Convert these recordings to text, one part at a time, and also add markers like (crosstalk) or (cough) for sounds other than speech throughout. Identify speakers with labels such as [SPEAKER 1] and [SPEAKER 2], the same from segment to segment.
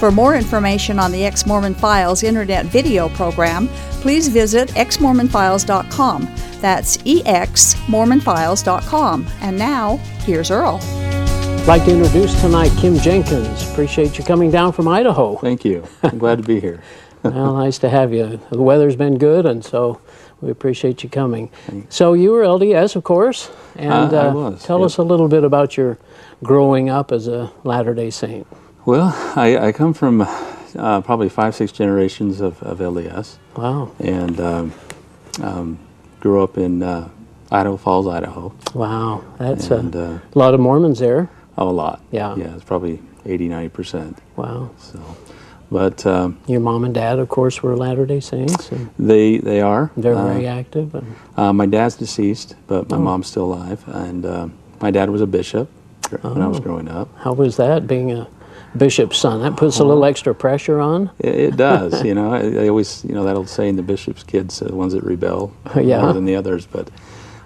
[SPEAKER 1] For more information on the Ex Mormon Files internet video program, please visit exmormonfiles.com. That's E exmormonfiles.com. And now, here's Earl.
[SPEAKER 2] I'd like to introduce tonight Kim Jenkins. Appreciate you coming down from Idaho.
[SPEAKER 3] (laughs) Thank you. I'm glad to be here.
[SPEAKER 2] well, nice to have you. The weather's been good, and so we appreciate you coming. So you were LDS, of course, and
[SPEAKER 3] Uh, I was,
[SPEAKER 2] tell
[SPEAKER 3] yep.
[SPEAKER 2] us a little bit about your growing up as a Latter-day Saint.
[SPEAKER 3] (laughs) Well, I, I come from uh, probably five, six generations of, of LDS
[SPEAKER 2] Wow,
[SPEAKER 3] and um, um, grew up in uh, Idaho Falls, Idaho.
[SPEAKER 2] wow, that's
[SPEAKER 3] and
[SPEAKER 2] a
[SPEAKER 3] uh,
[SPEAKER 2] lot of Mormons there.
[SPEAKER 3] oh, a lot.
[SPEAKER 2] Yeah.
[SPEAKER 3] Yeah, it's probably 80, 90%.
[SPEAKER 2] Wow,
[SPEAKER 3] So, but um,
[SPEAKER 2] your mom and dad, of course, were Latter-day Saints, and
[SPEAKER 3] they they are.
[SPEAKER 2] they're
[SPEAKER 3] Uh,
[SPEAKER 2] very active. And,
[SPEAKER 3] Uh, my dad's deceased, but my mom's still alive. And uh, my dad was a bishop gr- when I was growing up.
[SPEAKER 2] How was that being a bishop's son? That puts a little extra pressure on.
[SPEAKER 3] It, it does, you know. I, I always, you know, that old saying, the bishop's kids are the ones that rebel
[SPEAKER 2] Yeah.
[SPEAKER 3] more than the others. But,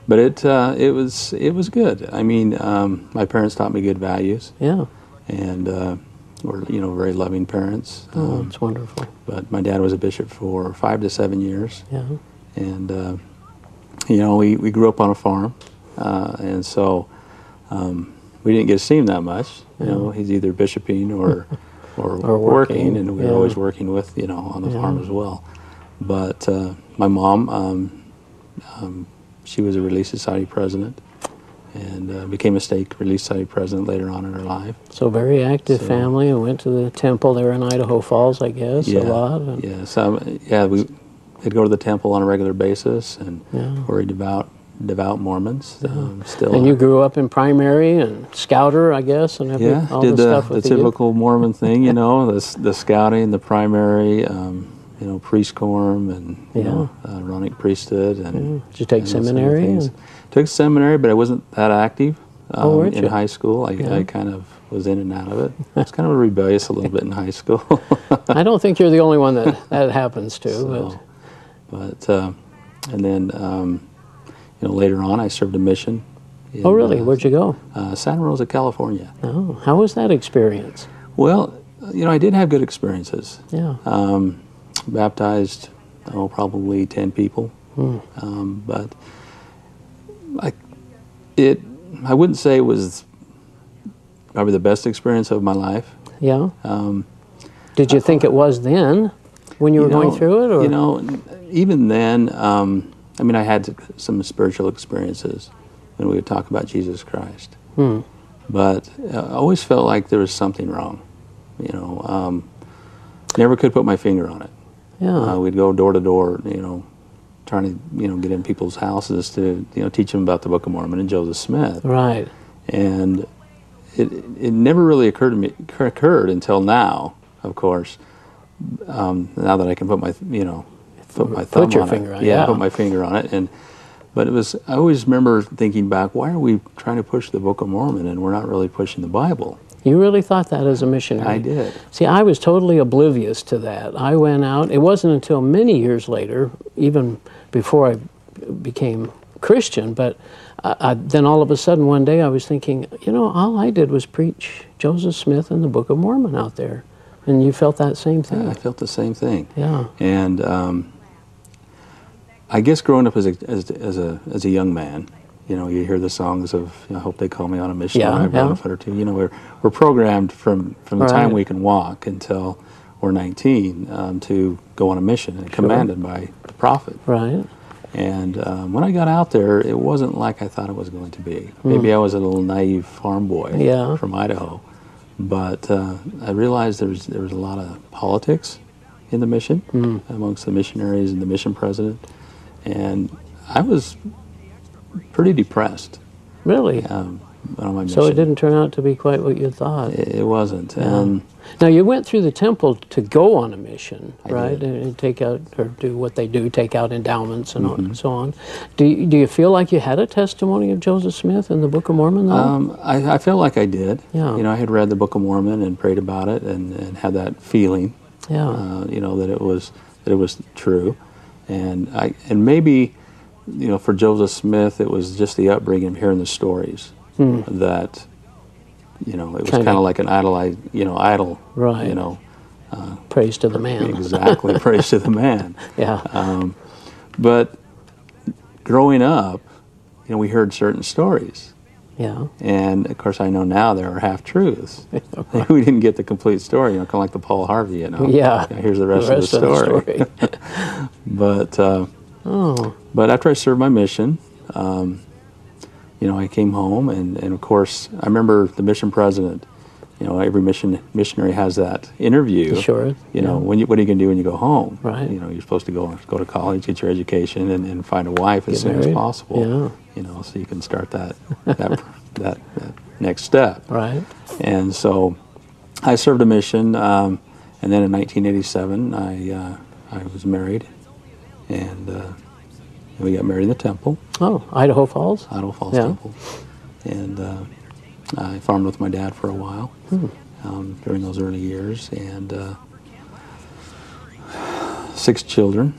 [SPEAKER 3] but it uh, it was it was good. I mean, um, my parents taught me good values,
[SPEAKER 2] Yeah,
[SPEAKER 3] and uh, were you know very loving parents.
[SPEAKER 2] oh,
[SPEAKER 3] Um,
[SPEAKER 2] it's wonderful.
[SPEAKER 3] but my dad was a bishop for five to seven years,
[SPEAKER 2] Yeah.
[SPEAKER 3] and uh, you know we, we grew up on a farm, uh, and so um, we didn't get to see him that much. You know, he's either bishoping
[SPEAKER 2] (laughs)
[SPEAKER 3] or or,
[SPEAKER 2] Mm-hmm. Or
[SPEAKER 3] working,
[SPEAKER 2] working,
[SPEAKER 3] and we were
[SPEAKER 2] yeah.
[SPEAKER 3] always working with you know on the farm as well. But uh, my mom, um, um, she was a Relief Society president, and uh, became a stake Relief Society president later on in her life.
[SPEAKER 2] So very active
[SPEAKER 3] So-
[SPEAKER 2] family. I went to the temple there in Idaho Falls, I guess, a lot. And
[SPEAKER 3] Yeah, so um, yeah, we would go to the temple on a regular basis and
[SPEAKER 2] Yeah.
[SPEAKER 3] were devout devout Mormons. Um, still,
[SPEAKER 2] And you
[SPEAKER 3] are.
[SPEAKER 2] grew up in primary and scouter, I guess, and every,
[SPEAKER 3] yeah,
[SPEAKER 2] all
[SPEAKER 3] did
[SPEAKER 2] the
[SPEAKER 3] the,
[SPEAKER 2] stuff
[SPEAKER 3] the,
[SPEAKER 2] with the, youth.
[SPEAKER 3] typical
[SPEAKER 2] (laughs)
[SPEAKER 3] Mormon thing, you know, the s- the scouting, the primary, um, you know, priest quorum and you know, uh, Aaronic priesthood, and
[SPEAKER 2] Did you take
[SPEAKER 3] and those other
[SPEAKER 2] seminary
[SPEAKER 3] things.
[SPEAKER 2] and-
[SPEAKER 3] Took seminary, but I wasn't that active. Um,
[SPEAKER 2] Oh, weren't
[SPEAKER 3] in
[SPEAKER 2] you?
[SPEAKER 3] high school, I, I kind of was in and out
[SPEAKER 2] (laughs)
[SPEAKER 3] of it. I was kind of rebellious a little bit in high school. (laughs)
[SPEAKER 2] I don't think you're the only one that that happens to.
[SPEAKER 3] So, Oh. but uh, and then um, you know later on, I served a mission. in,
[SPEAKER 2] but, oh, really?
[SPEAKER 3] uh,
[SPEAKER 2] Where'd you go?
[SPEAKER 3] uh, Santa Rosa, California.
[SPEAKER 2] Oh, how was that experience?
[SPEAKER 3] Well, you know, I did have good experiences.
[SPEAKER 2] Yeah.
[SPEAKER 3] Um, baptized, oh, probably ten people,
[SPEAKER 2] Hmm.
[SPEAKER 3] um, but I it I wouldn't say it was probably the best experience of my life.
[SPEAKER 2] yeah.
[SPEAKER 3] Um,
[SPEAKER 2] Did you think it was then when you, were
[SPEAKER 3] know,
[SPEAKER 2] going through it? Or?
[SPEAKER 3] You know, n- even then, um, I mean, I had s- some spiritual experiences, and we would talk about Jesus Christ.
[SPEAKER 2] Hmm.
[SPEAKER 3] But uh, I always felt like there was something wrong. You know, um, never could put my finger on it.
[SPEAKER 2] yeah.
[SPEAKER 3] Uh, we'd go door to door, you know, trying to you know get in people's houses to you know teach them about the Book of Mormon and Joseph Smith,
[SPEAKER 2] right.
[SPEAKER 3] and it it never really occurred to me occurred until now, of course. Um, now that I can put my you know put my thumb
[SPEAKER 2] your
[SPEAKER 3] on
[SPEAKER 2] finger
[SPEAKER 3] it,
[SPEAKER 2] on it, yeah.
[SPEAKER 3] put my finger on it, and but it was I always remember thinking back, why are we trying to push the Book of Mormon and we're not really pushing the Bible?
[SPEAKER 2] You really thought that as a missionary?
[SPEAKER 3] I did.
[SPEAKER 2] See, I was totally oblivious to that. I went out. It wasn't until many years later, even before I became Christian, but I, I, then all of a sudden one day I was thinking, you know, all I did was preach Joseph Smith and the Book of Mormon out there, and you felt that same thing.
[SPEAKER 3] I felt the same thing.
[SPEAKER 2] yeah.
[SPEAKER 3] And um, I guess growing up as a, as, as a as a young man, you know, you hear the songs of you know, "I hope they call me on a mission."
[SPEAKER 2] Yeah,
[SPEAKER 3] or "I've run
[SPEAKER 2] yeah.
[SPEAKER 3] a foot or two. You know, we're we're programmed from from the time
[SPEAKER 2] Right.
[SPEAKER 3] we can walk until we're 19 um, to go on a mission and commanded by the prophet.
[SPEAKER 2] Right.
[SPEAKER 3] And um, when I got out there, it wasn't like I thought it was going to be. Maybe I was a little naive farm boy
[SPEAKER 2] Hmm. Yeah.
[SPEAKER 3] from Idaho, but uh, I realized there was there was a lot of politics in the mission
[SPEAKER 2] Hmm.
[SPEAKER 3] amongst the missionaries and the mission president, and I was pretty depressed.
[SPEAKER 2] Really.
[SPEAKER 3] Um, on my mission.
[SPEAKER 2] So it didn't turn out to be quite what you thought.
[SPEAKER 3] It, it wasn't. Um,
[SPEAKER 2] Now you went through the temple to go on a mission,
[SPEAKER 3] I
[SPEAKER 2] right?
[SPEAKER 3] did.
[SPEAKER 2] And, and take out or do what they do, take out endowments and, on,
[SPEAKER 3] Mm-hmm.
[SPEAKER 2] and so on. Do you, do you feel like you had a testimony of Joseph Smith in the Book of Mormon? Though?
[SPEAKER 3] Um, I, I feel like I did.
[SPEAKER 2] Yeah.
[SPEAKER 3] You know, I had read the Book of Mormon and prayed about it and, and had that feeling,
[SPEAKER 2] yeah.
[SPEAKER 3] uh, you know, that it was that it was true, and I and maybe, you know, for Joseph Smith, it was just the upbringing of hearing the stories that, you know, it was
[SPEAKER 2] Kinda-
[SPEAKER 3] kind of like an idolized, you know, idol,
[SPEAKER 2] Right.
[SPEAKER 3] You know,
[SPEAKER 2] Praise to the man.
[SPEAKER 3] exactly. (laughs) praise to the man.
[SPEAKER 2] Yeah.
[SPEAKER 3] Uh, But growing up, you know, we heard certain stories.
[SPEAKER 2] yeah.
[SPEAKER 3] And of course, I know now there are half (laughs) truths. we didn't get the complete story, you know, kind of like the Paul Harvey, you know. (laughs)
[SPEAKER 2] Yeah.
[SPEAKER 3] You know, here's the rest, of the story. (laughs)
[SPEAKER 2] story.
[SPEAKER 3] But uh,
[SPEAKER 2] oh,
[SPEAKER 3] but after I served my mission, um, you know, I came home, and, and of course, I remember the mission president. You know, every mission missionary has that interview.
[SPEAKER 2] Sure,
[SPEAKER 3] You know,
[SPEAKER 2] yeah.
[SPEAKER 3] when you, what are you going to do when you go home?
[SPEAKER 2] Right.
[SPEAKER 3] You know, you're supposed to go go to college, get your education, and, and find a wife as
[SPEAKER 2] Get
[SPEAKER 3] soon
[SPEAKER 2] married,
[SPEAKER 3] as possible.
[SPEAKER 2] yeah.
[SPEAKER 3] You know, so you can start that that, (laughs) that that next step.
[SPEAKER 2] right.
[SPEAKER 3] And so I served a mission, um, and then in 1987, I, uh, I was married, and, uh, and we got married in the temple,
[SPEAKER 2] Oh, Idaho Falls.
[SPEAKER 3] Idle Falls
[SPEAKER 2] Yeah.
[SPEAKER 3] Temple. And uh, I farmed with my dad for a while
[SPEAKER 2] Hmm.
[SPEAKER 3] um, during those early years, and uh, six children.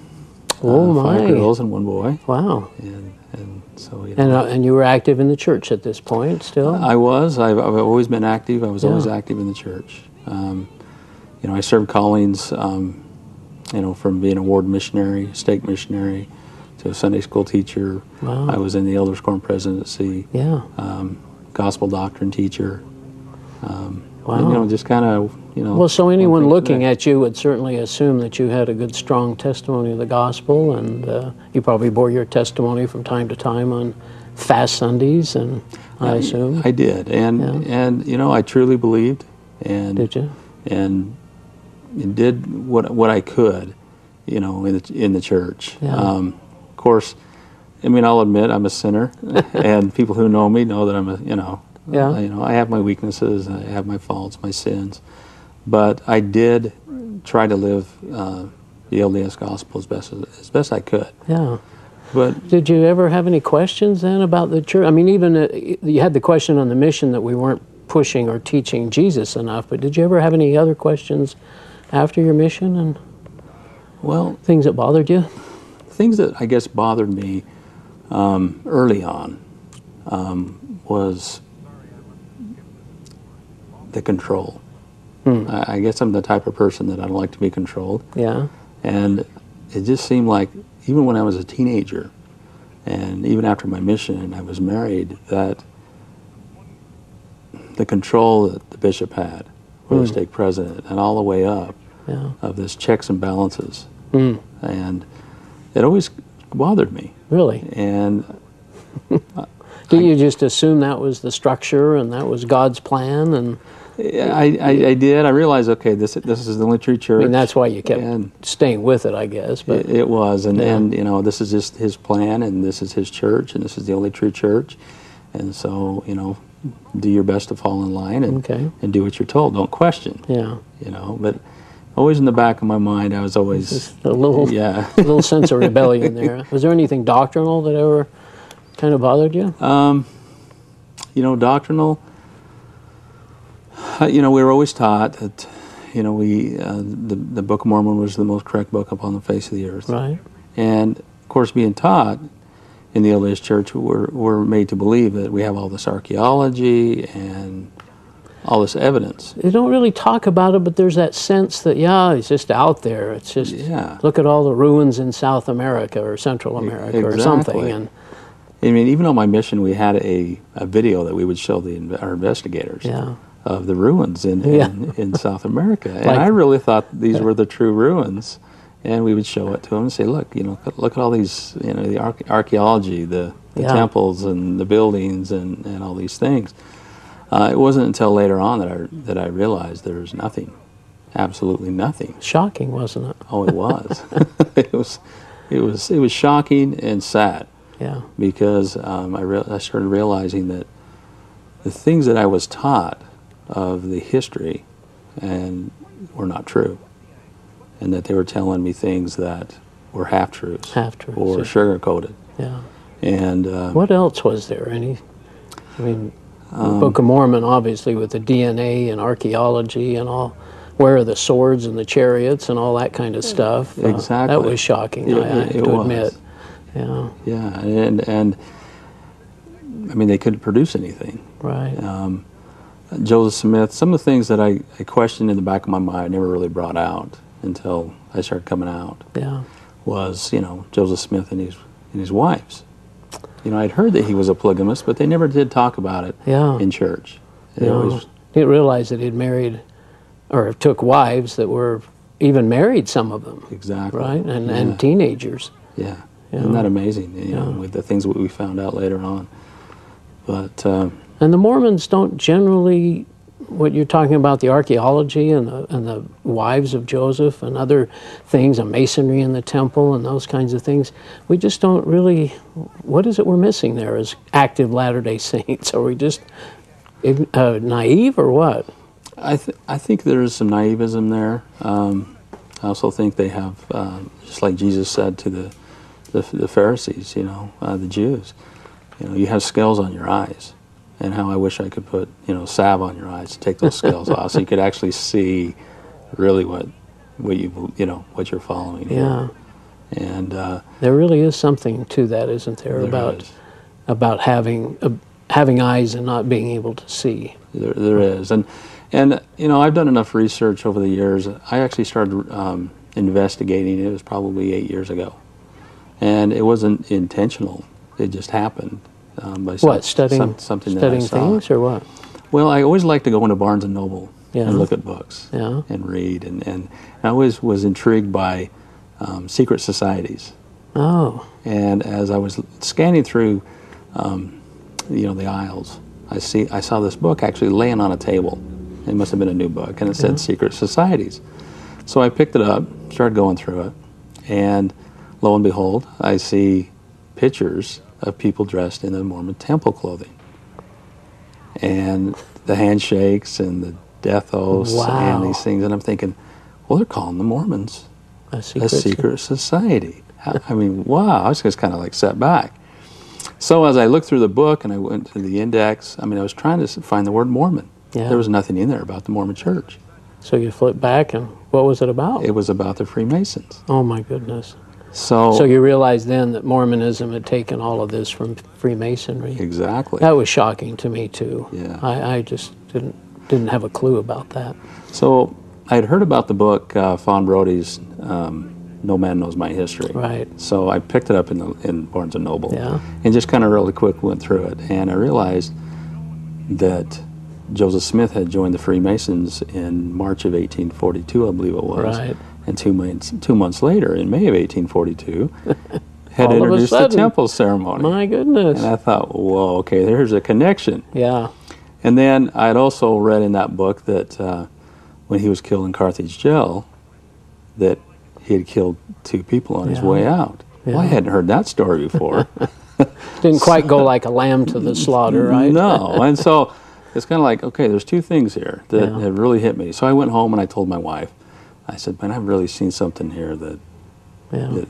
[SPEAKER 2] Oh
[SPEAKER 3] uh,
[SPEAKER 2] my.
[SPEAKER 3] Five girls and one boy.
[SPEAKER 2] Wow.
[SPEAKER 3] And, and so, you know.
[SPEAKER 2] And uh, and you were active in the church at this point still.
[SPEAKER 3] I was. I've, I've always been active. I was always
[SPEAKER 2] Yeah.
[SPEAKER 3] active in the church. Um, you know, I served callings, um, you know, from being a ward missionary, stake missionary, to a Sunday school teacher.
[SPEAKER 2] Wow.
[SPEAKER 3] I was in the Elders Quorum presidency, um,
[SPEAKER 2] yeah.
[SPEAKER 3] uh, gospel doctrine teacher.
[SPEAKER 2] wow.
[SPEAKER 3] And, you know, just kind of, you know.
[SPEAKER 2] Well, so anyone
[SPEAKER 3] thing
[SPEAKER 2] looking
[SPEAKER 3] that-
[SPEAKER 2] at you would certainly assume that you had a good, strong testimony of the gospel, and uh, you probably bore your testimony from time to time on fast Sundays, and I assume.
[SPEAKER 3] I did, and
[SPEAKER 2] Yeah.
[SPEAKER 3] and you know, I truly believed, and
[SPEAKER 2] Did you?
[SPEAKER 3] and and did what what I could, you know, in the in the church.
[SPEAKER 2] Yeah.
[SPEAKER 3] Um, of course, I mean, I'll admit I'm a sinner, (laughs) and people who know me know that I'm a you know,
[SPEAKER 2] Yeah.
[SPEAKER 3] I- you know, I have my weaknesses, I have my faults, my sins, but I did try to live uh, the LDS gospel as best as, as best I could.
[SPEAKER 2] Yeah.
[SPEAKER 3] But
[SPEAKER 2] Did you ever have any questions then about the church? I mean, even uh, you had the question on the mission that we weren't pushing or teaching Jesus enough, but did you ever have any other questions after your mission and
[SPEAKER 3] well,
[SPEAKER 2] things that bothered you?
[SPEAKER 3] things that I guess bothered me um, early on um, was the control. I, I guess I'm the type of person that I don't like to be controlled,
[SPEAKER 2] Yeah.
[SPEAKER 3] and it just seemed like even when I was a teenager, and even after my mission and I was married, that the control that the bishop had, or the stake president, and all the way up,
[SPEAKER 2] Yeah.
[SPEAKER 3] of this checks and balances,
[SPEAKER 2] Mm.
[SPEAKER 3] and it always bothered me.
[SPEAKER 2] Really?
[SPEAKER 3] And
[SPEAKER 2] Did you just assume that was the structure and that was God's plan and?
[SPEAKER 3] I, I, I did. I realized, okay, this this is the only true church.
[SPEAKER 2] I mean, that's why you kept
[SPEAKER 3] And
[SPEAKER 2] staying with it, I guess. But
[SPEAKER 3] it, it was, and
[SPEAKER 2] Yeah.
[SPEAKER 3] and you know, this is just his plan, and this is his church, and this is the only true church, and so you know, do your best to fall in line and
[SPEAKER 2] Okay.
[SPEAKER 3] and do what you're told. Don't question.
[SPEAKER 2] yeah,
[SPEAKER 3] You know, but always in the back of my mind, I was always,
[SPEAKER 2] a little
[SPEAKER 3] yeah.
[SPEAKER 2] a (laughs) little sense of rebellion there. Was there anything doctrinal that ever kind of bothered you?
[SPEAKER 3] Uh, you know, doctrinal. Uh, You know, we were always taught that, you know, we uh, the the Book of Mormon was the most correct book upon the face of the earth,
[SPEAKER 2] right.
[SPEAKER 3] and of course, being taught in the LDS Church, we're we're made to believe that we have all this archaeology and all this evidence.
[SPEAKER 2] They don't really talk about it, but there's that sense that yeah, it's just out there. It's just
[SPEAKER 3] Yeah. E,
[SPEAKER 2] look at all the ruins in South America or Central America or something.
[SPEAKER 3] exactly.
[SPEAKER 2] And
[SPEAKER 3] I mean, even on my mission, we had a, a video that we would show the inve- our investigators
[SPEAKER 2] Yeah.
[SPEAKER 3] of the ruins in, in,
[SPEAKER 2] Yeah.
[SPEAKER 3] (laughs) in South America, and
[SPEAKER 2] Like-
[SPEAKER 3] I really thought these were the true ruins. And we would show it to them and say, "Look, you know, look at all these, you know, the arch- archaeology, the, the
[SPEAKER 2] Yeah.
[SPEAKER 3] temples and the buildings and, and all these things." Uh, it wasn't until later on that I that I realized there was nothing, absolutely nothing.
[SPEAKER 2] shocking, wasn't it?
[SPEAKER 3] Oh, it
[SPEAKER 2] (laughs)
[SPEAKER 3] was, (laughs) it was, it was, it was shocking and sad
[SPEAKER 2] Yeah.
[SPEAKER 3] because um, I, re- I started realizing that the things that I was taught of the history and were not true, and that they were telling me things that were half truths,
[SPEAKER 2] Half-truths,
[SPEAKER 3] or
[SPEAKER 2] yeah.
[SPEAKER 3] sugar coated.
[SPEAKER 2] Yeah.
[SPEAKER 3] And uh,
[SPEAKER 2] What else was there? Any? I mean, the Book of Mormon, obviously, with the DNA and archaeology and all. Where are the swords and the chariots and all that kind of stuff? Uh,
[SPEAKER 3] Exactly.
[SPEAKER 2] that was shocking.
[SPEAKER 3] It-
[SPEAKER 2] I, I
[SPEAKER 3] it-
[SPEAKER 2] have
[SPEAKER 3] it
[SPEAKER 2] to
[SPEAKER 3] was.
[SPEAKER 2] admit. Yeah.
[SPEAKER 3] yeah, and and I mean they couldn't produce anything.
[SPEAKER 2] Right.
[SPEAKER 3] Joseph Smith, some of the things that I, I questioned in the back of my mind, never really brought out until I started coming out,
[SPEAKER 2] yeah.
[SPEAKER 3] was, you know, Joseph Smith and his, and his wives. You know, I'd heard that he was a polygamist, but they never did talk about it
[SPEAKER 2] Yeah.
[SPEAKER 3] in church. It
[SPEAKER 2] No.
[SPEAKER 3] was-
[SPEAKER 2] he realized that he'd married or took wives that were even married, some of them,
[SPEAKER 3] exactly.
[SPEAKER 2] right? And,
[SPEAKER 3] yeah.
[SPEAKER 2] and teenagers.
[SPEAKER 3] yeah.
[SPEAKER 2] Yeah.
[SPEAKER 3] Isn't that amazing, you know, with the things that we found out later on. But, um,
[SPEAKER 2] And the Mormons don't generally, what you're talking about, the archaeology and the, and the wives of Joseph and other things, and masonry in the temple and those kinds of things, we just don't really, what is it we're missing there as active Latter day (laughs) Saints? Are we just ign- uh, naive or what?
[SPEAKER 3] I, th- I think there is some naivism there. Um, I also think they have, uh, just like Jesus said to the, the, the Pharisees, you know, uh, the Jews, you know, you have scales on your eyes. And how I wish I could put, you know, salve on your eyes to take those
[SPEAKER 2] (laughs)
[SPEAKER 3] scales off so you could actually see really what, what you, you know, what you're following.
[SPEAKER 2] Yeah.
[SPEAKER 3] here. And uh,
[SPEAKER 2] There really is something to that, isn't there?
[SPEAKER 3] there
[SPEAKER 2] about
[SPEAKER 3] is.
[SPEAKER 2] about having uh, having eyes and not being able to see.
[SPEAKER 3] There, there is, and and you know I've done enough research over the years. I actually started um, investigating. It was probably eight years ago, and it wasn't intentional. It just happened um, by some-
[SPEAKER 2] What studying
[SPEAKER 3] some- something
[SPEAKER 2] studying
[SPEAKER 3] that I saw.
[SPEAKER 2] things or what?
[SPEAKER 3] Well, I always like to go into Barnes and Noble
[SPEAKER 2] Yeah.
[SPEAKER 3] and look at books
[SPEAKER 2] Yeah.
[SPEAKER 3] and read, and, and I always was intrigued by um, secret societies.
[SPEAKER 2] Oh,
[SPEAKER 3] And as I was scanning through, um, you know, the aisles, I see I saw this book actually laying on a table. It must have been a new book, and it said "Secret Societies." So I picked it up, started going through it, and lo and behold, I see pictures of people dressed in the Mormon temple clothing, and the handshakes and the death oaths
[SPEAKER 2] Wow.
[SPEAKER 3] and these things. And I'm thinking, well, they're calling the Mormons
[SPEAKER 2] a
[SPEAKER 3] a
[SPEAKER 2] secret.
[SPEAKER 3] secret society. How- I mean, wow, I was just kind of like set back. So as I looked through the book and I went to the index, I mean, I was trying to s- find the word Mormon.
[SPEAKER 2] Yeah.
[SPEAKER 3] There was nothing in there about the Mormon Church.
[SPEAKER 2] So you flip back and what was it about?
[SPEAKER 3] It was about the Freemasons.
[SPEAKER 2] oh my goodness.
[SPEAKER 3] So,
[SPEAKER 2] So you realized then that Mormonism had taken all of this from Freemasonry.
[SPEAKER 3] exactly.
[SPEAKER 2] That was shocking to me too.
[SPEAKER 3] Yeah.
[SPEAKER 2] I, I just didn't didn't have a clue about that.
[SPEAKER 3] So I had heard about the book uh, Fawn Brody's um, "No Man Knows My History."
[SPEAKER 2] Right.
[SPEAKER 3] So I picked it up in the, in Barnes and Noble,
[SPEAKER 2] Yeah.
[SPEAKER 3] and just kind of really quick went through it, and I realized that Joseph Smith had joined the Freemasons in March of 1842, I believe it was.
[SPEAKER 2] Right.
[SPEAKER 3] And two months two months later, in May
[SPEAKER 2] (laughs)
[SPEAKER 3] of 1842, had
[SPEAKER 2] All of a
[SPEAKER 3] introduced the
[SPEAKER 2] sudden.
[SPEAKER 3] temple ceremony.
[SPEAKER 2] My goodness.
[SPEAKER 3] and I thought, whoa, okay, there's a connection.
[SPEAKER 2] yeah.
[SPEAKER 3] And then I had also read in that book that uh, when he was killed in Carthage jail, that he had killed two people on his
[SPEAKER 2] Yeah.
[SPEAKER 3] way out. Well, I
[SPEAKER 2] Yeah.
[SPEAKER 3] hadn't heard that story before. (laughs)
[SPEAKER 2] Didn't quite go like a lamb to the slaughter, (laughs) right?
[SPEAKER 3] No, and so it's kind of like, okay, there's two things here that
[SPEAKER 2] Yeah.
[SPEAKER 3] had really hit me. So I went home and I told my wife, I said, man, I've really seen something here that
[SPEAKER 2] Yeah.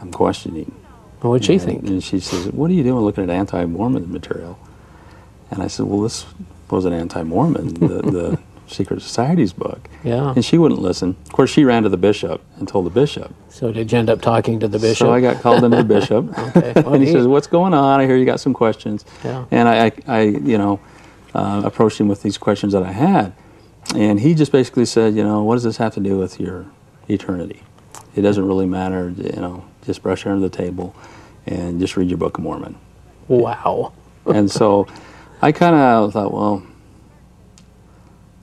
[SPEAKER 3] I'm questioning.
[SPEAKER 2] What'd she
[SPEAKER 3] and,
[SPEAKER 2] think?
[SPEAKER 3] And she says, "What are you doing looking at anti-Mormon material?" And I said, "Well, this wasn't anti-Mormon.
[SPEAKER 2] (laughs)
[SPEAKER 3] the, the Secret Societies book."
[SPEAKER 2] Yeah.
[SPEAKER 3] And she wouldn't listen. Of course, she ran to the bishop and told the bishop.
[SPEAKER 2] So did you end up talking to the bishop?
[SPEAKER 3] So I got
[SPEAKER 2] (laughs)
[SPEAKER 3] called into the bishop,
[SPEAKER 2] Okay. Well,
[SPEAKER 3] and he
[SPEAKER 2] neat.
[SPEAKER 3] says, "What's going on? I hear you got some questions."
[SPEAKER 2] Yeah.
[SPEAKER 3] And I, I, I you know, uh, approached him with these questions that I had, and he just basically said, "You know, what does this have to do with your eternity? It doesn't really matter. You know, just brush under the table, and just read your Book of Mormon."
[SPEAKER 2] Wow.
[SPEAKER 3] and so I kind of thought, well,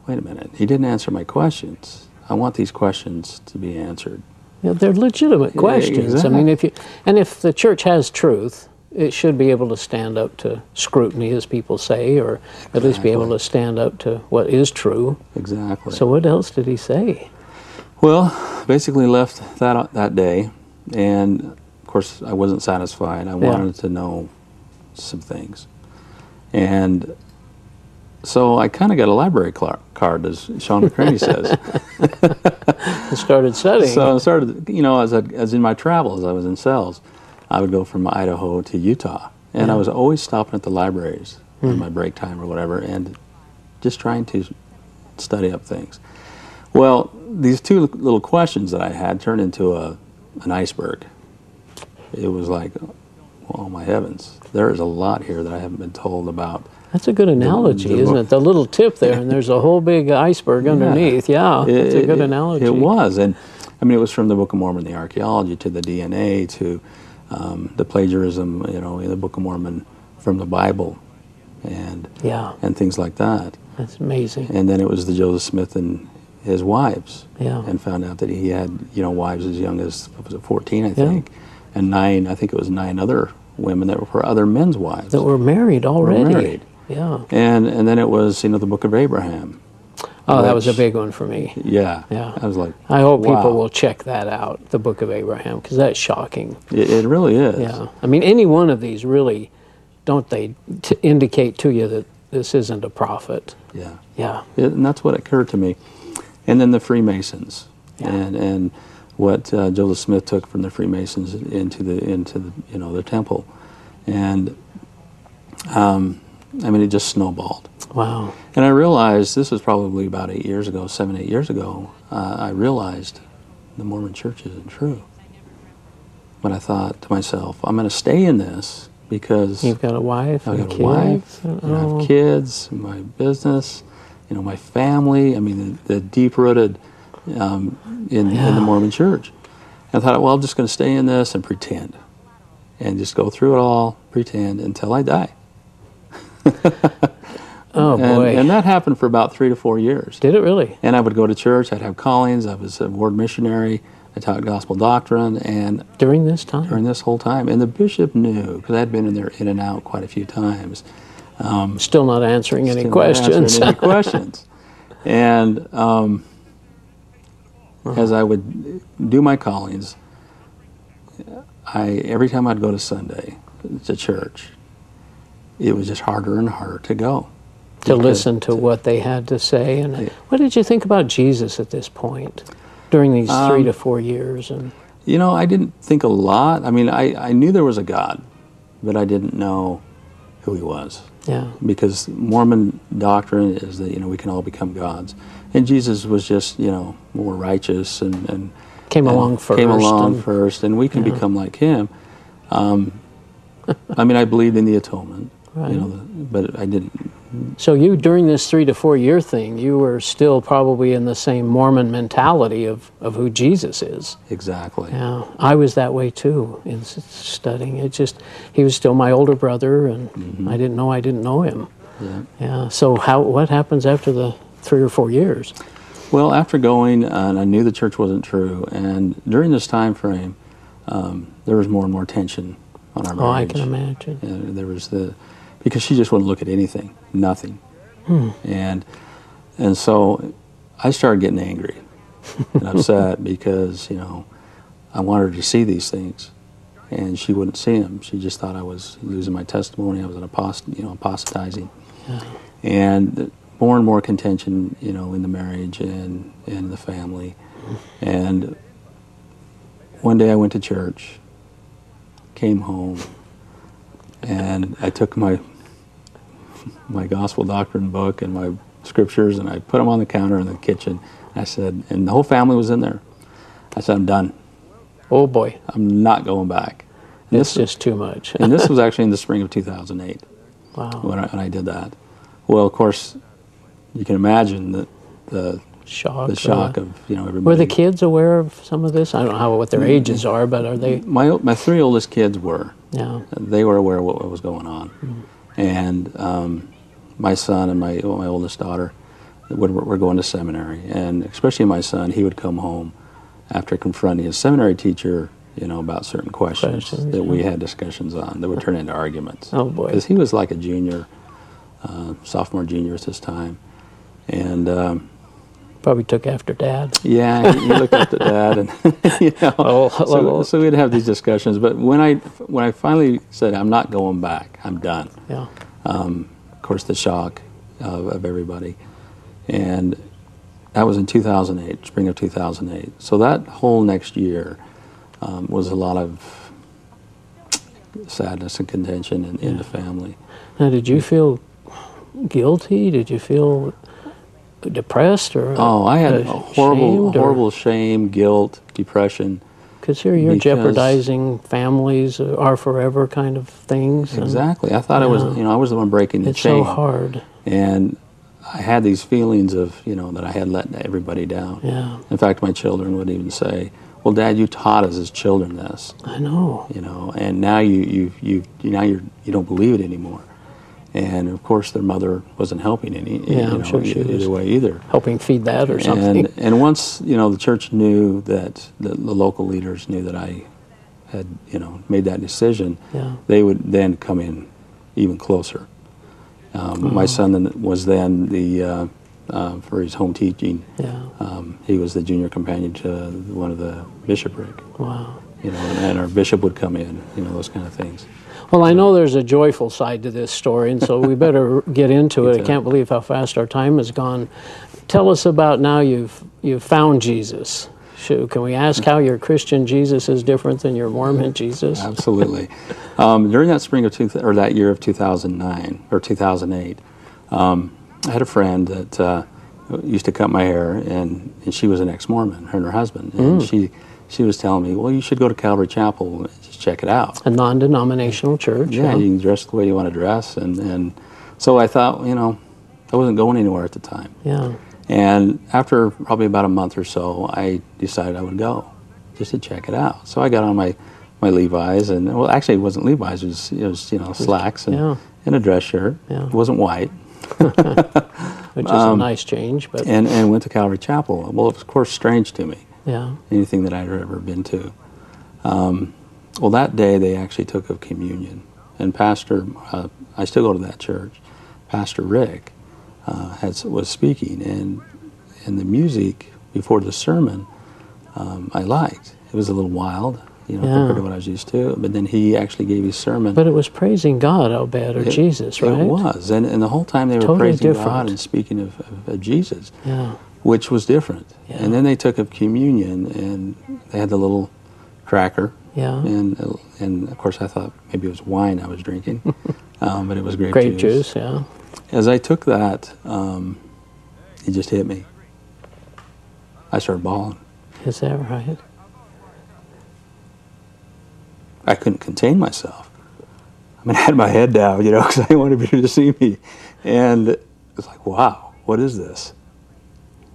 [SPEAKER 3] wait a minute. He didn't answer my questions. I want these questions to be answered.
[SPEAKER 2] Yeah, they're legitimate questions. I mean, if you and if the church has truth, it should be able to stand up to scrutiny, as people say, or at least be able to stand up to what is true.
[SPEAKER 3] Exactly.
[SPEAKER 2] So what else did he say?
[SPEAKER 3] well, basically left that that day, and of course I wasn't satisfied. I wanted to know some things, and So I kind of got a library cl- card, as Sean McCraney says.
[SPEAKER 2] I started studying.
[SPEAKER 3] So I started, you know, as, I, as in my travels, I was in sales. I would go from Idaho to Utah, and I was always stopping at the libraries on my break time or whatever, and just trying to study up things. Well, these two little questions that I had turned into a, an iceberg. It was like, oh my heavens, there is a lot here that I haven't been told about.
[SPEAKER 2] That's a good analogy,
[SPEAKER 3] the-
[SPEAKER 2] isn't it? The little tip there, and there's a whole big iceberg underneath. Yeah,
[SPEAKER 3] It-
[SPEAKER 2] that's a good
[SPEAKER 3] it-
[SPEAKER 2] analogy.
[SPEAKER 3] It was, and I mean, it was from the Book of Mormon, the archaeology to the DNA to um, the plagiarism, you know, in the Book of Mormon from the Bible, and
[SPEAKER 2] Yeah,
[SPEAKER 3] and things like that.
[SPEAKER 2] that's amazing.
[SPEAKER 3] And then it was the Joseph Smith and his wives,
[SPEAKER 2] Yeah.
[SPEAKER 3] and found out that he had you know wives as young as what was it fourteen, I
[SPEAKER 2] Yeah.
[SPEAKER 3] think, and nine, I think it was nine other women that were other men's wives.
[SPEAKER 2] That we're married already.
[SPEAKER 3] married.
[SPEAKER 2] Yeah.
[SPEAKER 3] and and then it was you know the Book of Abraham.
[SPEAKER 2] Oh, that was a
[SPEAKER 3] Which-
[SPEAKER 2] big one for me.
[SPEAKER 3] Yeah,
[SPEAKER 2] Yeah.
[SPEAKER 3] I was like,
[SPEAKER 2] I hope
[SPEAKER 3] wow.
[SPEAKER 2] people will check that out, the Book of Abraham, because that's shocking.
[SPEAKER 3] It, it really is.
[SPEAKER 2] Yeah. I mean, any one of these really, don't they t- indicate to you that this isn't a prophet?
[SPEAKER 3] yeah.
[SPEAKER 2] Yeah.
[SPEAKER 3] It, and that's what occurred to me. And then the Freemasons, and and what uh, Joseph Smith took from the Freemasons into the into the you know the temple, and um, I mean it just snowballed.
[SPEAKER 2] Wow.
[SPEAKER 3] And I realized this was probably about eight years ago, seven eight years ago. Uh, I realized the Mormon Church isn't true. But I thought to myself, I'm going to stay in this because
[SPEAKER 2] You've got a wife
[SPEAKER 3] I've
[SPEAKER 2] and
[SPEAKER 3] got a
[SPEAKER 2] kids.
[SPEAKER 3] wife, you know, I
[SPEAKER 2] Oh,
[SPEAKER 3] have kids, my business, you know, my family. I mean, the, the deep rooted um, in, in
[SPEAKER 2] Yeah.
[SPEAKER 3] the Mormon church. And I thought, well, I'm just going to stay in this and pretend and just go through it all, pretend until I die.
[SPEAKER 2] oh,
[SPEAKER 3] And,
[SPEAKER 2] boy.
[SPEAKER 3] and that happened for about three to four years.
[SPEAKER 2] Did it really?
[SPEAKER 3] And I would go to church, I'd have callings, I was a ward missionary, I taught gospel doctrine, and
[SPEAKER 2] During this time?
[SPEAKER 3] during this whole time. And the bishop knew, because I'd been in there in and out quite a few times.
[SPEAKER 2] Still not answering any
[SPEAKER 3] Still not answering
[SPEAKER 2] questions. (laughs)
[SPEAKER 3] Any questions? And um,
[SPEAKER 2] Uh-huh.
[SPEAKER 3] as I would do my callings, I every time I'd go to Sunday to church, it was just harder and harder to go.
[SPEAKER 2] (laughs) to listen to what they had to say. And what did you think about Jesus at this point during these
[SPEAKER 3] Um,
[SPEAKER 2] three to four years? And
[SPEAKER 3] You know, I didn't think a lot. I mean, I, I knew there was a God, but I didn't know who he was.
[SPEAKER 2] yeah,
[SPEAKER 3] Because Mormon doctrine is that, you know, we can all become gods. And Jesus was just, you know, more righteous and, and
[SPEAKER 2] came
[SPEAKER 3] and
[SPEAKER 2] along first.
[SPEAKER 3] Came along
[SPEAKER 2] and-
[SPEAKER 3] first, and we can become like him. Um, I mean, I believed in the atonement, you know, but I didn't.
[SPEAKER 2] so you, during this three to four year thing, you were still probably in the same Mormon mentality of, of who Jesus is.
[SPEAKER 3] Exactly.
[SPEAKER 2] Yeah, I was that way too in s- studying. It just he was still my older brother, and I didn't know I didn't know him.
[SPEAKER 3] Mm-hmm. Yeah.
[SPEAKER 2] Yeah. So how what happens after the three or four years?
[SPEAKER 3] Well, after going, uh, and I knew the church wasn't true, and during this time frame, um, there was more and more tension on our marriage.
[SPEAKER 2] Oh, I can imagine.
[SPEAKER 3] And there was the because she just wouldn't look at anything, nothing, and and so I started getting angry and upset because you know I wanted her to see these things, and she wouldn't see them. She just thought I was losing my testimony. I was an apost, you know, apostatizing, and th- more and more contention, you know, in the marriage and and the family, and one day I went to church, came home, and I took my my gospel doctrine book and my scriptures and I put them on the counter in the kitchen. I said, and the whole family was in there. I said, I'm done.
[SPEAKER 2] Oh boy,
[SPEAKER 3] I'm not going back. And
[SPEAKER 2] it's
[SPEAKER 3] this,
[SPEAKER 2] just too much.
[SPEAKER 3] (laughs)
[SPEAKER 2] (laughs)
[SPEAKER 3] and this was actually in the spring of 2008
[SPEAKER 2] Wow.
[SPEAKER 3] when I, when I did that. Well, of course, you can imagine the the,
[SPEAKER 2] shock.
[SPEAKER 3] the
[SPEAKER 2] or what?
[SPEAKER 3] shock of you know everybody.
[SPEAKER 2] Were the kids aware of some of this? I don't know how what
[SPEAKER 3] Mm-hmm.
[SPEAKER 2] their ages are, but are they?
[SPEAKER 3] My o- my three oldest kids were.
[SPEAKER 2] Yeah,
[SPEAKER 3] they were aware of what was going on.
[SPEAKER 2] Mm-hmm.
[SPEAKER 3] And um, my son and my well, my oldest daughter would, were going to seminary, and especially my son, he would come home after confronting his seminary teacher, you know, about certain questions,
[SPEAKER 2] Questions,
[SPEAKER 3] that we had discussions on that would turn into arguments.
[SPEAKER 2] Oh, boy.
[SPEAKER 3] Because he was like a junior, uh, sophomore, junior at this time, and. Um,
[SPEAKER 2] probably took after dad.
[SPEAKER 3] yeah, he, he looked up to dad, and (laughs) you know,
[SPEAKER 2] (laughs) Oh,
[SPEAKER 3] so,
[SPEAKER 2] well.
[SPEAKER 3] so we'd have these discussions. But when I when I finally said I'm not going back, I'm done.
[SPEAKER 2] Yeah,
[SPEAKER 3] Of course, the shock of, of everybody. And that was in 2008, spring of 2008. So that whole next year um, was a lot of sadness and contention in, in the family.
[SPEAKER 2] Now, did
[SPEAKER 3] Hmm.
[SPEAKER 2] you feel guilty? Did you feel depressed or?
[SPEAKER 3] Oh, I had
[SPEAKER 2] uh,
[SPEAKER 3] a horrible,
[SPEAKER 2] shamed or-
[SPEAKER 3] horrible shame, guilt, depression.
[SPEAKER 2] Because here you're
[SPEAKER 3] Because-
[SPEAKER 2] jeopardizing families, uh, are forever kind of things. and
[SPEAKER 3] Exactly. I thought I
[SPEAKER 2] Mm-hmm. Yeah.
[SPEAKER 3] was, you know, I was the one breaking the
[SPEAKER 2] It's so
[SPEAKER 3] chain.
[SPEAKER 2] hard.
[SPEAKER 3] And I had these feelings of, you know, that I had let everybody down.
[SPEAKER 2] Yeah,
[SPEAKER 3] In fact, my children would even say, "Well, Dad, you taught us as children this,
[SPEAKER 2] I know.
[SPEAKER 3] you know, and now you you you you- now you you don't believe it anymore." And of course, their mother wasn't helping any,
[SPEAKER 2] Yeah,
[SPEAKER 3] you
[SPEAKER 2] I'm
[SPEAKER 3] know, e-,
[SPEAKER 2] sure she
[SPEAKER 3] either,
[SPEAKER 2] was.
[SPEAKER 3] way either.
[SPEAKER 2] Helping feed that or something. (laughs)
[SPEAKER 3] And and once you know the church knew that the, the local leaders knew that I had you know made that decision,
[SPEAKER 2] yeah.
[SPEAKER 3] they would then come in even closer. Um,
[SPEAKER 2] Oh.
[SPEAKER 3] My son then was then the uh, uh, for his home teaching.
[SPEAKER 2] Yeah.
[SPEAKER 3] Um, he was the junior companion to one of the bishopric,
[SPEAKER 2] Wow.
[SPEAKER 3] you know, and our bishop would come in, you know, those kind of things.
[SPEAKER 2] Well, I know there's a joyful side to this story, and so
[SPEAKER 3] (laughs)
[SPEAKER 2] we better get into it. I
[SPEAKER 3] too.
[SPEAKER 2] can't believe how fast our time has gone. Tell us about now you've you've found Jesus. Shoot, can we ask how your Christian Jesus is different than your Mormon Jesus?
[SPEAKER 3] Uh, Absolutely. (laughs) um, during that spring of two, or that year of 2009 or 2008, um, I had a friend that uh, used to cut my hair, and, and she was an ex-Mormon, her and her husband, and she she was telling me, well, you should go to Calvary Chapel and just check it out.
[SPEAKER 2] A non-denominational church.
[SPEAKER 3] Yeah,
[SPEAKER 2] huh?
[SPEAKER 3] you can dress the way you want to dress, and and so I thought, you know, I wasn't going anywhere at the time.
[SPEAKER 2] yeah.
[SPEAKER 3] And after probably about a month or so, I decided I would go just to check it out. So I got on my, my Levi's, and well, actually, it wasn't Levi's, it was, it was you know, slacks and,
[SPEAKER 2] yeah.
[SPEAKER 3] and a dress shirt.
[SPEAKER 2] Yeah.
[SPEAKER 3] It wasn't white.
[SPEAKER 2] Which is a nice change, but
[SPEAKER 3] um, And, and went to Calvary Chapel. Well, it was, of course, strange to me,
[SPEAKER 2] yeah.
[SPEAKER 3] anything that I'd ever been to. Um, well, that day, they actually took of communion. And Pastor, uh, I still go to that church, Pastor Rick uh, has, was speaking, and, and the music before the sermon um, I liked. It was a little wild, you know,
[SPEAKER 2] Yeah.
[SPEAKER 3] compared to what I was used to. But then he actually gave his sermon.
[SPEAKER 2] But it was praising God, I'll bet, or
[SPEAKER 3] It-
[SPEAKER 2] Jesus, right?
[SPEAKER 3] It was, and, and the whole time they were
[SPEAKER 2] Totally
[SPEAKER 3] praising
[SPEAKER 2] different.
[SPEAKER 3] God and speaking of, of, of Jesus,
[SPEAKER 2] Yeah.
[SPEAKER 3] which was different.
[SPEAKER 2] Yeah.
[SPEAKER 3] And then they took up communion, and they had the little cracker,
[SPEAKER 2] Yeah.
[SPEAKER 3] and uh, and of course I thought maybe it was wine I
[SPEAKER 2] (laughs)
[SPEAKER 3] was drinking, um, but it was grape,
[SPEAKER 2] Grape juice, yeah.
[SPEAKER 3] As I took that, um, it just hit me. I started bawling.
[SPEAKER 2] Is that right?
[SPEAKER 3] I couldn't contain myself. I mean, (laughs) I had my head down, you know, (laughs) because I wanted people to see me. And it was like, wow, what is this?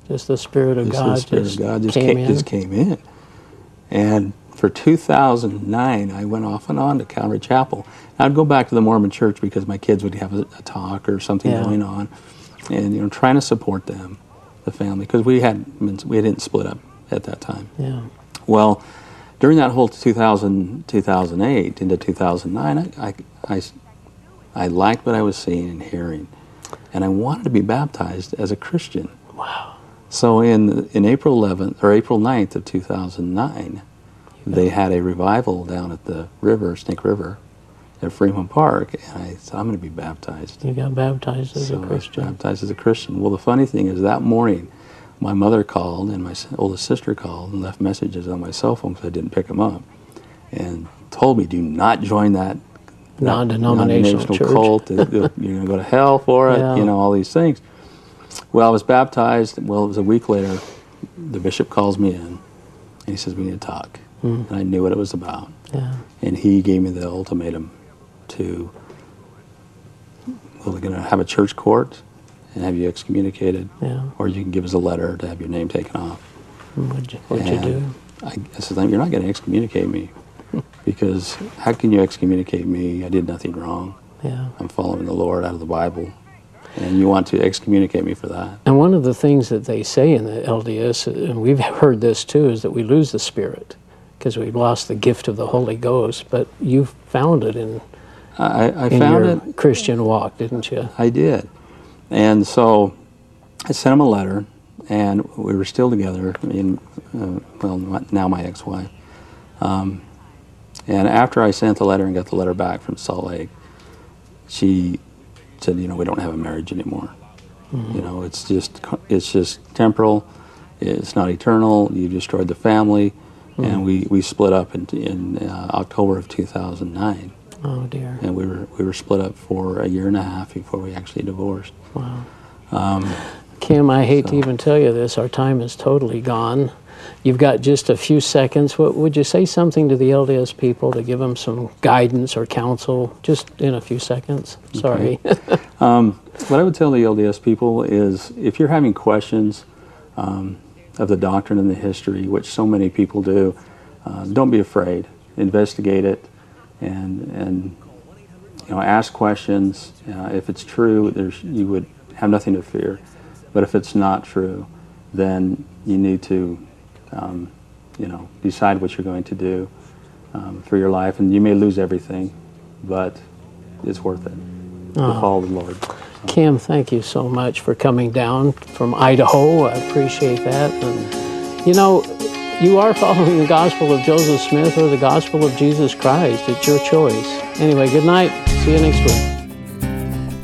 [SPEAKER 2] Just the Spirit of
[SPEAKER 3] This
[SPEAKER 2] God
[SPEAKER 3] is Spirit of
[SPEAKER 2] just
[SPEAKER 3] God just
[SPEAKER 2] came
[SPEAKER 3] came,
[SPEAKER 2] in.
[SPEAKER 3] just came in. And for 2009, I went off and on to Calvary Chapel. I'd go back to the Mormon church because my kids would have a, a talk or something
[SPEAKER 2] Yeah.
[SPEAKER 3] going on. And, you know, trying to support them, the family, because we, hadn't been- we didn't split up at that time.
[SPEAKER 2] Yeah.
[SPEAKER 3] Well, during that whole 2000, 2008 into 2009, I, I, I s- I liked what I was seeing and hearing, and I wanted to be baptized as a Christian.
[SPEAKER 2] Wow.
[SPEAKER 3] So in, in April 11th or April 9th of 2009, they had a revival down at the river, Snake River, at Fremont Park, and I said, I'm going to be baptized.
[SPEAKER 2] You got baptized as
[SPEAKER 3] So
[SPEAKER 2] a
[SPEAKER 3] I was
[SPEAKER 2] Christian.
[SPEAKER 3] baptized as a Christian. Well, the funny thing is that morning, my mother called and my s- oldest sister called and left messages on my cell phone because I didn't pick them up, and told me, "Do not join that that
[SPEAKER 2] Non-denominational church.
[SPEAKER 3] cult.
[SPEAKER 2] (laughs)
[SPEAKER 3] It- it- You're going to go to hell for it.
[SPEAKER 2] Yeah.
[SPEAKER 3] You know all these things." Well, I was baptized. Well, it was a week later. The bishop calls me in, and he says, "We need to talk."
[SPEAKER 2] Hmm.
[SPEAKER 3] And I knew what it was about
[SPEAKER 2] Yeah.
[SPEAKER 3] and he gave me the ultimatum to well, we're going to have a church court and have you excommunicated,
[SPEAKER 2] Yeah.
[SPEAKER 3] or you can give us a letter to have your name taken off.
[SPEAKER 2] What'd you, what'd you
[SPEAKER 3] And
[SPEAKER 2] do?
[SPEAKER 3] I, I said, "You're not going to
[SPEAKER 2] (laughs)
[SPEAKER 3] excommunicate me because how can you excommunicate me? I did nothing wrong.
[SPEAKER 2] Yeah.
[SPEAKER 3] I'm following the Lord out of the Bible, and you want to excommunicate me for that?
[SPEAKER 2] And one of the things that they say in the LDS, and we've heard this too, is that we lose the Spirit because we've lost the gift of the Holy Ghost. But you found it in,
[SPEAKER 3] I, I
[SPEAKER 2] in
[SPEAKER 3] found
[SPEAKER 2] your
[SPEAKER 3] it.
[SPEAKER 2] Christian walk, didn't you?
[SPEAKER 3] I did. And so I sent him a letter, and we were still together, in, uh, well, my- now my ex wife. Um, and after I sent the letter and got the letter back from Salt Lake, she said, You know, we don't have a marriage anymore. You know, it's just it's just temporal. It's not eternal. You destroyed the family, and we, we split up in, in uh, October of 2009,
[SPEAKER 2] Oh dear.
[SPEAKER 3] and we were we were split up for a year and a half before we actually divorced.
[SPEAKER 2] Kim, I hate to even tell you this. Our time is totally gone. You've got just a few seconds. What, would you say something to the LDS people to give them some guidance or counsel just in a few seconds? Sorry.
[SPEAKER 3] What I would tell the LDS people is if you're having questions um, of the doctrine and the history, which so many people do, uh, don't be afraid. Investigate it and, and you know, ask questions. Uh, if it's true, there's, you would have nothing to fear. But if it's not true, then you need to, um, you know, decide what you're going to do um, for your life. And you may lose everything, but it's worth it. To follow the Lord.
[SPEAKER 2] Kim, thank you so much for coming down from Idaho. I appreciate that. And, you know, you are following the gospel of Joseph Smith or the gospel of Jesus Christ. It's your choice. Anyway, good night. See you next week.